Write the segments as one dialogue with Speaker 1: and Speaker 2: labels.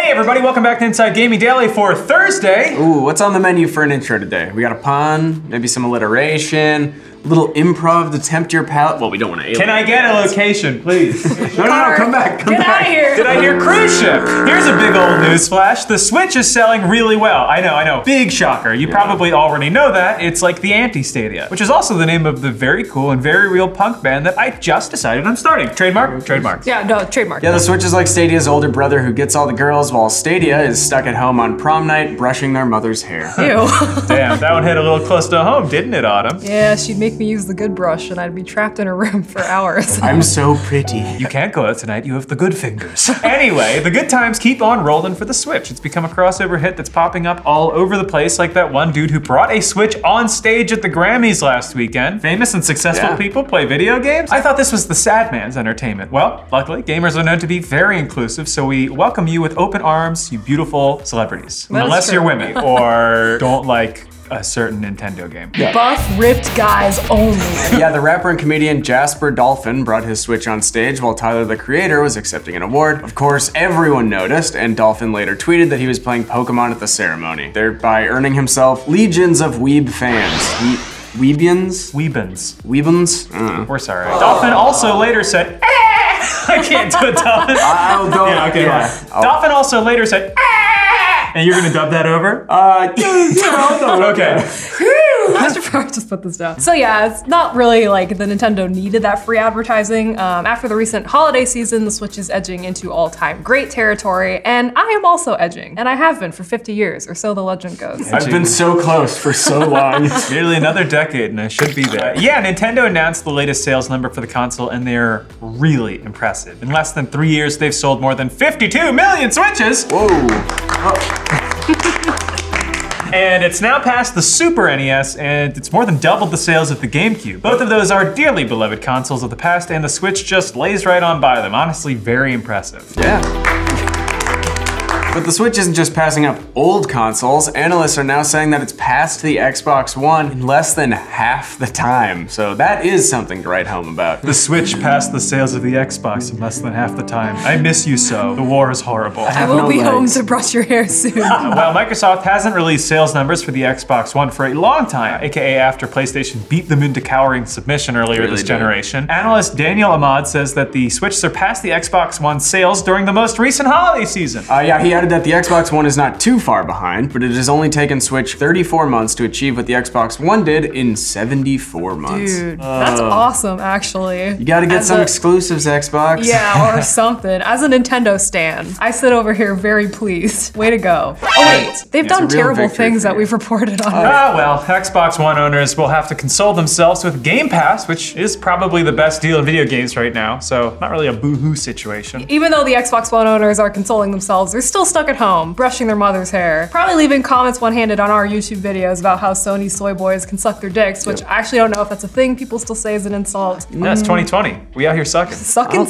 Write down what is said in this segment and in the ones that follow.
Speaker 1: everybody, welcome back to Inside Gaming Daily for Thursday.
Speaker 2: Ooh, what's on the menu for an intro today? We got a pun, maybe some alliteration, a little improv to tempt your palate. Well, we don't want to.
Speaker 1: Can I get a location, please? Did
Speaker 2: No, no, no, come back, come
Speaker 3: Get
Speaker 2: back.
Speaker 3: out of here.
Speaker 1: I hear cruise ship? Here's a big old news flash. The Switch is selling really well. I know, I know. Big shocker. You probably already know that. It's like the Anti Stadia, which is also the name of the very cool and very real punk band that I just decided I'm starting. Trademark? Trademark.
Speaker 3: Yeah, no, trademark.
Speaker 2: Yeah, the Switch is like Stadia's older brother who gets all the girls, while Stadia is stuck at home on prom night brushing their mother's hair.
Speaker 3: Ew.
Speaker 1: Damn, that one hit a little close to home, didn't it, Autumn?
Speaker 3: yeah, she'd make me use the good brush and I'd be trapped in a room for hours.
Speaker 2: I'm so pretty.
Speaker 1: You can't go out tonight. You have the good fingers. anyway, the good times keep on rolling for the Switch. It's become a crossover hit that's popping up all over the place, like that one dude who brought a Switch on stage at the Grammys last weekend. Famous and successful
Speaker 2: Yeah.
Speaker 1: people play video games. I thought this was the sad man's entertainment. Well, luckily, gamers are known to be very inclusive, so we welcome you with open arms, you beautiful celebrities.
Speaker 3: That is
Speaker 1: Unless
Speaker 3: true.
Speaker 1: you're women or don't like a certain Nintendo game.
Speaker 3: Buff ripped guys only.
Speaker 2: Yeah, the rapper and comedian Jasper Dolphin brought his Switch on stage while Tyler the Creator was accepting an award. Of course, everyone noticed, and Dolphin later tweeted that he was playing Pokemon at the ceremony, thereby earning himself legions of weeb fans. We- Weebians?
Speaker 1: Weebens.
Speaker 2: Weebans? Mm.
Speaker 1: We're sorry. Dolphin also later said, "Eh." I can't do it, Dolphin.
Speaker 2: I'll go.
Speaker 1: Yeah, okay.
Speaker 2: yeah.
Speaker 1: fine. Dolphin also later said, "Ah!" and you're gonna dub that over?
Speaker 2: Uh, yeah, I'll go.
Speaker 1: Okay.
Speaker 3: Master Power just put this down. So yeah, it's not really like the Nintendo needed that free advertising. Um, after the recent holiday season, the Switch is edging into all-time great territory, and I am also edging, and I have been for 50 years, or so the legend goes.
Speaker 2: I've been so close for so long.
Speaker 1: Nearly another decade, and I should be there. Uh, Yeah, Nintendo announced the latest sales number for the console, and they're really impressive. In less than three years, they've sold more than 52 million Switches,
Speaker 2: Whoa.
Speaker 1: and it's now past the Super NES, and it's more than doubled the sales of the GameCube. Both of those are dearly beloved consoles of the past, and the Switch just lays right on by them. Honestly, very impressive.
Speaker 2: Yeah. But the Switch isn't just passing up old consoles. Analysts are now saying that it's passed the Xbox One in less than half the time. So that is something to write home about.
Speaker 1: The Switch passed the sales of the Xbox in less than half the time. I miss you so. The war is horrible.
Speaker 3: I
Speaker 2: have
Speaker 3: will
Speaker 2: no
Speaker 3: be home
Speaker 2: legs.
Speaker 3: to brush your hair soon.
Speaker 1: While Microsoft hasn't released sales numbers for the Xbox One for a long time, aka after PlayStation beat them into cowering submission earlier
Speaker 2: Really
Speaker 1: this
Speaker 2: did.
Speaker 1: generation, analyst Daniel Ahmad says that the Switch surpassed the Xbox One sales during the most recent holiday season.
Speaker 2: Uh, yeah, he added that the Xbox One is not too far behind, but it has only taken Switch 34 months to achieve what the Xbox One did in 74 months.
Speaker 3: Dude, that's awesome, actually.
Speaker 2: Uh, You gotta get
Speaker 3: As
Speaker 2: some
Speaker 3: a-
Speaker 2: exclusives, Xbox.
Speaker 3: Yeah, or something. As a Nintendo stan, I sit over here very pleased. Way to go. Oh, wait. They've done
Speaker 2: real
Speaker 3: terrible
Speaker 2: victory
Speaker 3: things
Speaker 2: for
Speaker 3: that
Speaker 2: you.
Speaker 3: we've reported on.
Speaker 1: Ah, well, Xbox One owners will have to console themselves with Game Pass, which is probably the best deal in video games right now, so not really a boo hoo situation.
Speaker 3: Even though the Xbox One owners are consoling themselves, they're still stuck at home, brushing their mother's hair. Probably leaving comments one handed on our YouTube videos about how Sony soy boys can suck their dicks, which I actually don't know if that's a thing people still say is an insult.
Speaker 1: That's 2020. We out here sucking.
Speaker 3: Sucking's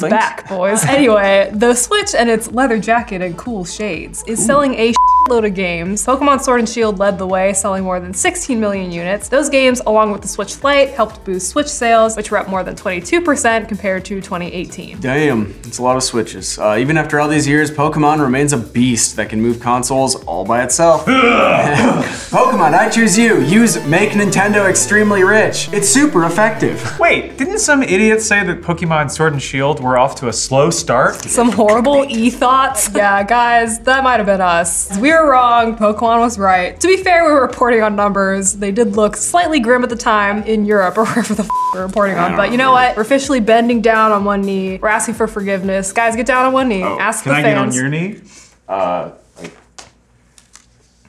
Speaker 2: think so.
Speaker 3: back, boys. anyway, the Switch and its leather jacket and cool shades is selling a load of games. Pokemon Sword and Shield led the way, selling more than 16 million units. Those games, along with the Switch Lite, helped boost Switch sales, which were up more than 22% compared to 2018.
Speaker 2: Damn, it's a lot of switches. Uh, even after all these years, Pokemon remains a beast that can move consoles all by itself. Pokemon, I choose you. Use Make Nintendo Extremely Rich. It's super effective.
Speaker 1: Wait, didn't some idiot say that Pokemon Sword and Shield were off to a slow start?
Speaker 3: Some horrible e thoughts. Yeah, guys, that might have been us. We were wrong. Pokemon was right. To be fair, we were reporting on numbers. They did look slightly grim at the time in Europe or wherever the f- we're reporting on. But you know what? We're officially bending down on one knee. We're asking for forgiveness. Guys, get down on one knee. Ask
Speaker 1: Oh, Can
Speaker 3: the
Speaker 1: I
Speaker 3: fans.
Speaker 1: get on your knee?
Speaker 2: Uh,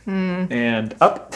Speaker 3: Hmm.
Speaker 1: And up.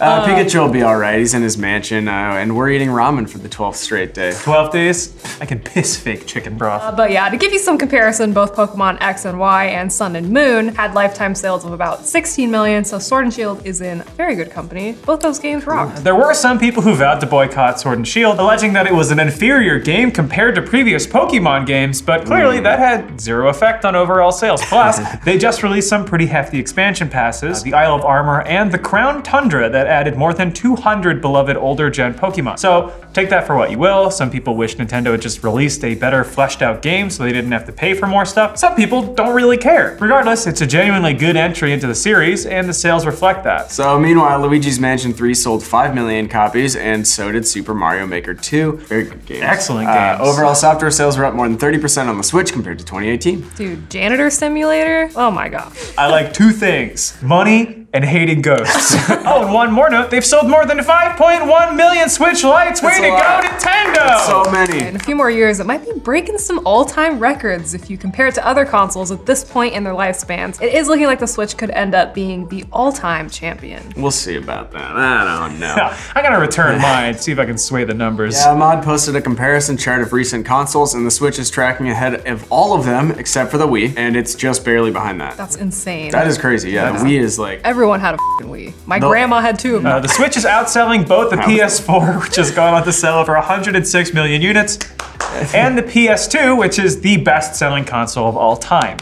Speaker 2: uh, Pikachu will be all right. He's in his mansion, uh, and we're eating ramen for the 12th straight day.
Speaker 1: 12 days. I can piss fake chicken broth.
Speaker 3: But yeah, to give you some comparison, both Pokemon X and Y and Sun and Moon had lifetime sales of about 16 million, so Sword and Shield is in very good company. Both those games rocked.
Speaker 1: there were some people who vowed to boycott Sword and Shield, alleging that it was an inferior game compared to previous Pokemon games, but clearly that had zero effect on overall sales. Plus, they just released some pretty hefty expansion passes the Isle of Armor and the Crown Tundra that added more than 200 beloved older gen Pokemon. So take that for what you will. Some people wish Nintendo had just released a better fleshed out game so they didn't have to pay for more stuff. Some people don't really care. Regardless, it's a genuinely good entry into the series, and the sales reflect that.
Speaker 2: So meanwhile, Luigi's Mansion 3 sold 5 million copies, and so did Super Mario Maker 2. Very good games.
Speaker 1: Excellent
Speaker 2: Uh,
Speaker 1: games.
Speaker 2: overall, software sales were up more than 30% on the Switch compared to 2018.
Speaker 3: Dude, janitor simulator? Oh my god.
Speaker 1: I like two things money and hating ghosts. oh, and one more note they've sold more than 5.1 million Switch lights. Way
Speaker 2: That's a
Speaker 1: to
Speaker 2: lot.
Speaker 1: go, Nintendo!
Speaker 2: So
Speaker 3: In
Speaker 2: many.
Speaker 3: a few more years, it might be breaking some all-time records if you compare it to other consoles at this point in their lifespans. It is looking like the Switch could end up being the all-time champion.
Speaker 2: We'll see about that. I don't know.
Speaker 1: Yeah, I gotta return mine, see if I can sway the numbers.
Speaker 2: Yeah, Ahmad posted a comparison chart of recent consoles, and the Switch is tracking ahead of all of them except for the Wii, and it's just barely behind that.
Speaker 3: That's insane.
Speaker 2: That is crazy. Yeah, the Wii is like
Speaker 3: Everyone had a fing Wii. My
Speaker 2: No.
Speaker 3: grandma had two of them.
Speaker 1: Uh, the Switch is outselling both the PS4, which has gone on to sell over 106 million units, and the PS2, which is the best selling console of all time.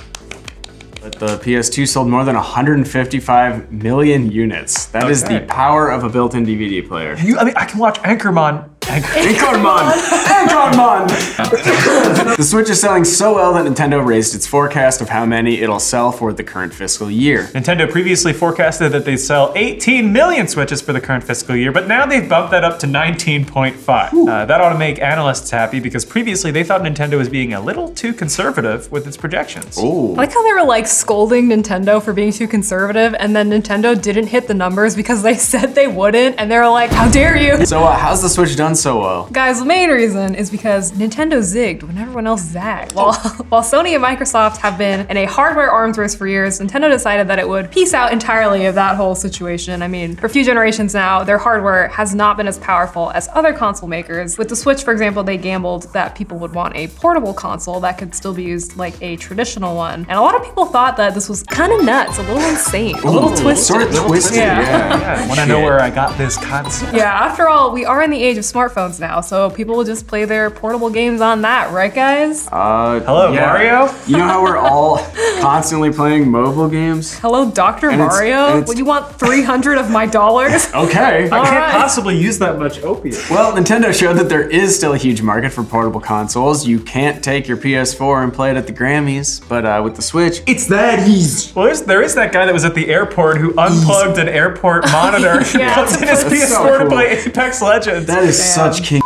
Speaker 2: But the PS2 sold more than 155 million units. That is
Speaker 1: Okay.
Speaker 2: the power of a built-in DVD player.
Speaker 1: You, I mean, I can watch Anchorman. Anchor-
Speaker 2: Anchorman! Anchorman! the Switch is selling so well that Nintendo raised its forecast of how many it'll sell for the current fiscal year.
Speaker 1: Nintendo previously forecasted that they'd sell 18 million Switches for the current fiscal year, but now they've bumped that up to 19.5. Uh, that ought to make analysts happy because previously they thought Nintendo was being a little too conservative with its projections.
Speaker 2: Ooh.
Speaker 3: I like how they were like scolding Nintendo for being too conservative, and then Nintendo didn't hit the numbers because they said they wouldn't, and they were like, "How dare you!"
Speaker 2: So uh, how's the Switch done so well?
Speaker 3: Guys, the main reason is because Nintendo zigged when everyone else zagged. While, while Sony and Microsoft have been in a hardware arms race for years, Nintendo decided that it would piece out entirely of that whole situation. I mean, for a few generations now, their hardware has not been as powerful as other console makers. With the Switch, for example, they gambled that people would want a portable console that could still be used like a traditional one. And a lot of people thought that this was kind of nuts, a little insane, a little
Speaker 2: Ooh,
Speaker 3: twisted.
Speaker 2: Sort of twisted,
Speaker 3: Yeah.
Speaker 2: yeah.
Speaker 1: I want to know
Speaker 2: Shit.
Speaker 1: where I got this concept.
Speaker 3: Yeah, after all, we are in the age of smartphones now, so people will just play their portable games on that, right, guys?
Speaker 2: Uh,
Speaker 1: Hello, Mario?
Speaker 2: You know how we're all constantly playing mobile games?
Speaker 3: Hello, Dr.
Speaker 2: And it's- and
Speaker 3: Mario.
Speaker 2: it's-
Speaker 3: Would you want 300 of my dollars?
Speaker 2: Okay.
Speaker 1: I can't
Speaker 3: Alright.
Speaker 1: possibly use that much opium.
Speaker 2: Well, Nintendo showed that there is still a huge market for portable consoles. You can't take your PS4 and play it at the Grammys, but uh, with the Switch, it's that easy.
Speaker 1: Well, there's, there is that guy that was at the airport who unplugged an airport monitor and
Speaker 3: Yeah.
Speaker 1: plugged in his
Speaker 2: That's
Speaker 1: PS4
Speaker 2: so
Speaker 1: to
Speaker 2: cool.
Speaker 1: play Apex Legends.
Speaker 2: That is such king.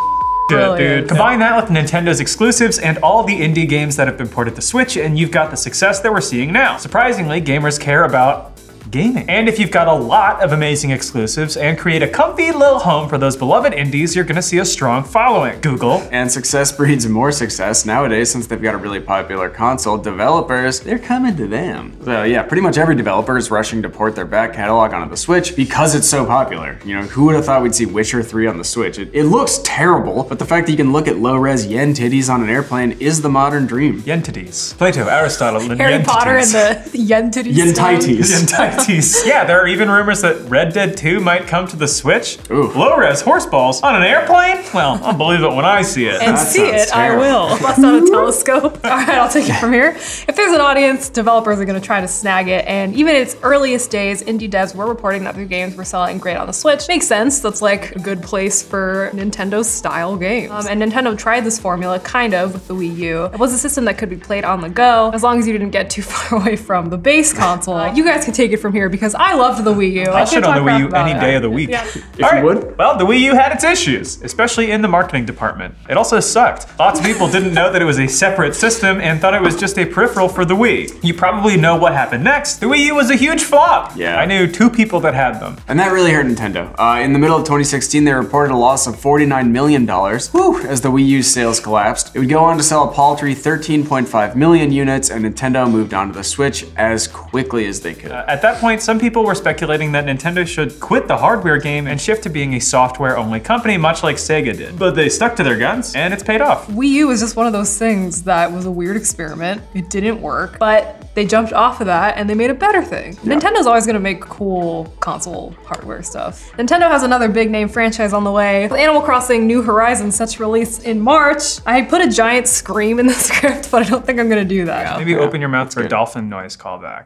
Speaker 1: good,
Speaker 3: Brilliant.
Speaker 1: dude. Combine that with Nintendo's exclusives and all the indie games that have been ported to Switch, and you've got the success that we're seeing now. Surprisingly, gamers care about gaming. And if you've got a lot of amazing exclusives and create a comfy little home for those beloved indies, you're gonna see a strong following. Google.
Speaker 2: And success breeds more success nowadays since they've got a really popular console. Developers, they're coming to them. So, yeah, pretty much every developer is rushing to port their back catalog onto the Switch because it's so popular. You know, who would have thought we'd see Witcher 3 on the Switch? It, it looks terrible, but the fact that you can look at low res yen titties on an airplane is the modern dream.
Speaker 1: Yentities. Plato, Aristotle, and
Speaker 3: Harry Potter and
Speaker 1: Yentites.
Speaker 3: the Yentity
Speaker 2: Yen
Speaker 3: Stone.
Speaker 2: tighties.
Speaker 1: Yentites. yeah, there are even rumors that Red Dead 2 might come to the Switch.
Speaker 2: Ooh.
Speaker 1: Low res horseballs on an airplane? Well, I'll believe it when I see it.
Speaker 3: And
Speaker 2: That
Speaker 3: see
Speaker 2: sounds
Speaker 3: it, I will. Bust out a telescope. All right, I'll take it from here. If there's an audience, developers are going to try to snag it. And even in its earliest days, indie devs were reporting that their games were selling great on the Switch. Makes sense. That's like a good place for Nintendo style games. Um, and Nintendo tried this formula, kind of, with the Wii U. It was a system that could be played on the go, as long as you didn't get too far away from the base console. Uh, you guys can take it from here because I loved the Wii U. I
Speaker 1: I'll
Speaker 3: can't
Speaker 1: shit on
Speaker 3: talk
Speaker 1: the Wii
Speaker 3: crap
Speaker 1: U
Speaker 3: about
Speaker 1: any
Speaker 3: it.
Speaker 1: day of the week.
Speaker 3: Yeah.
Speaker 2: you would.
Speaker 1: Well, the Wii U had its issues, especially in the marketing department. It also sucked. Lots of people didn't know that it was a separate system and thought it was just a peripheral for the Wii. You probably know what happened next. The Wii U was a huge flop.
Speaker 2: Yeah.
Speaker 1: I knew two people that had them.
Speaker 2: And that really hurt Nintendo. Uh, in the middle of 2016, they reported a loss of $49 million whew, as the Wii U sales collapsed. It would go on to sell a paltry 13.5 million units, and Nintendo moved on to the Switch as quickly as they could.
Speaker 1: At that point, some people were speculating that Nintendo should quit the hardware game and shift to being a software only company, much like Sega did. But they stuck to their guns, and it's paid off.
Speaker 3: Wii U was just one of those things that was a weird experiment. It didn't work, but they jumped off of that and they made a better thing. Nintendo's always going to make cool console hardware stuff. Nintendo has another big name franchise on the way. With Animal Crossing New Horizons set to release in March. I put a giant scream in the script, but I don't think I'm going to do that.
Speaker 1: Maybe open your mouth for a dolphin noise callback.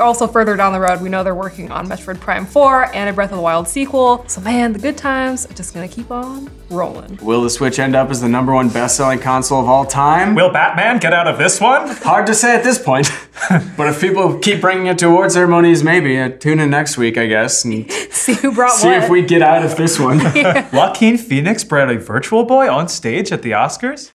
Speaker 3: also, further down the road, we know they're working on Metroid Prime 4 and a Breath of the Wild sequel. So, man, the good times are just gonna keep on rolling.
Speaker 2: Will the Switch end up as the number one best-selling console of all time?
Speaker 1: Will Batman get out of this one?
Speaker 2: Hard to say at this point. but if people keep bringing it to award ceremonies, maybe uh, tune in next week, I guess, and
Speaker 3: See who brought
Speaker 2: see
Speaker 3: what.
Speaker 2: if we get out of this one.
Speaker 1: Joaquin Phoenix brought a virtual boy on stage at the Oscars?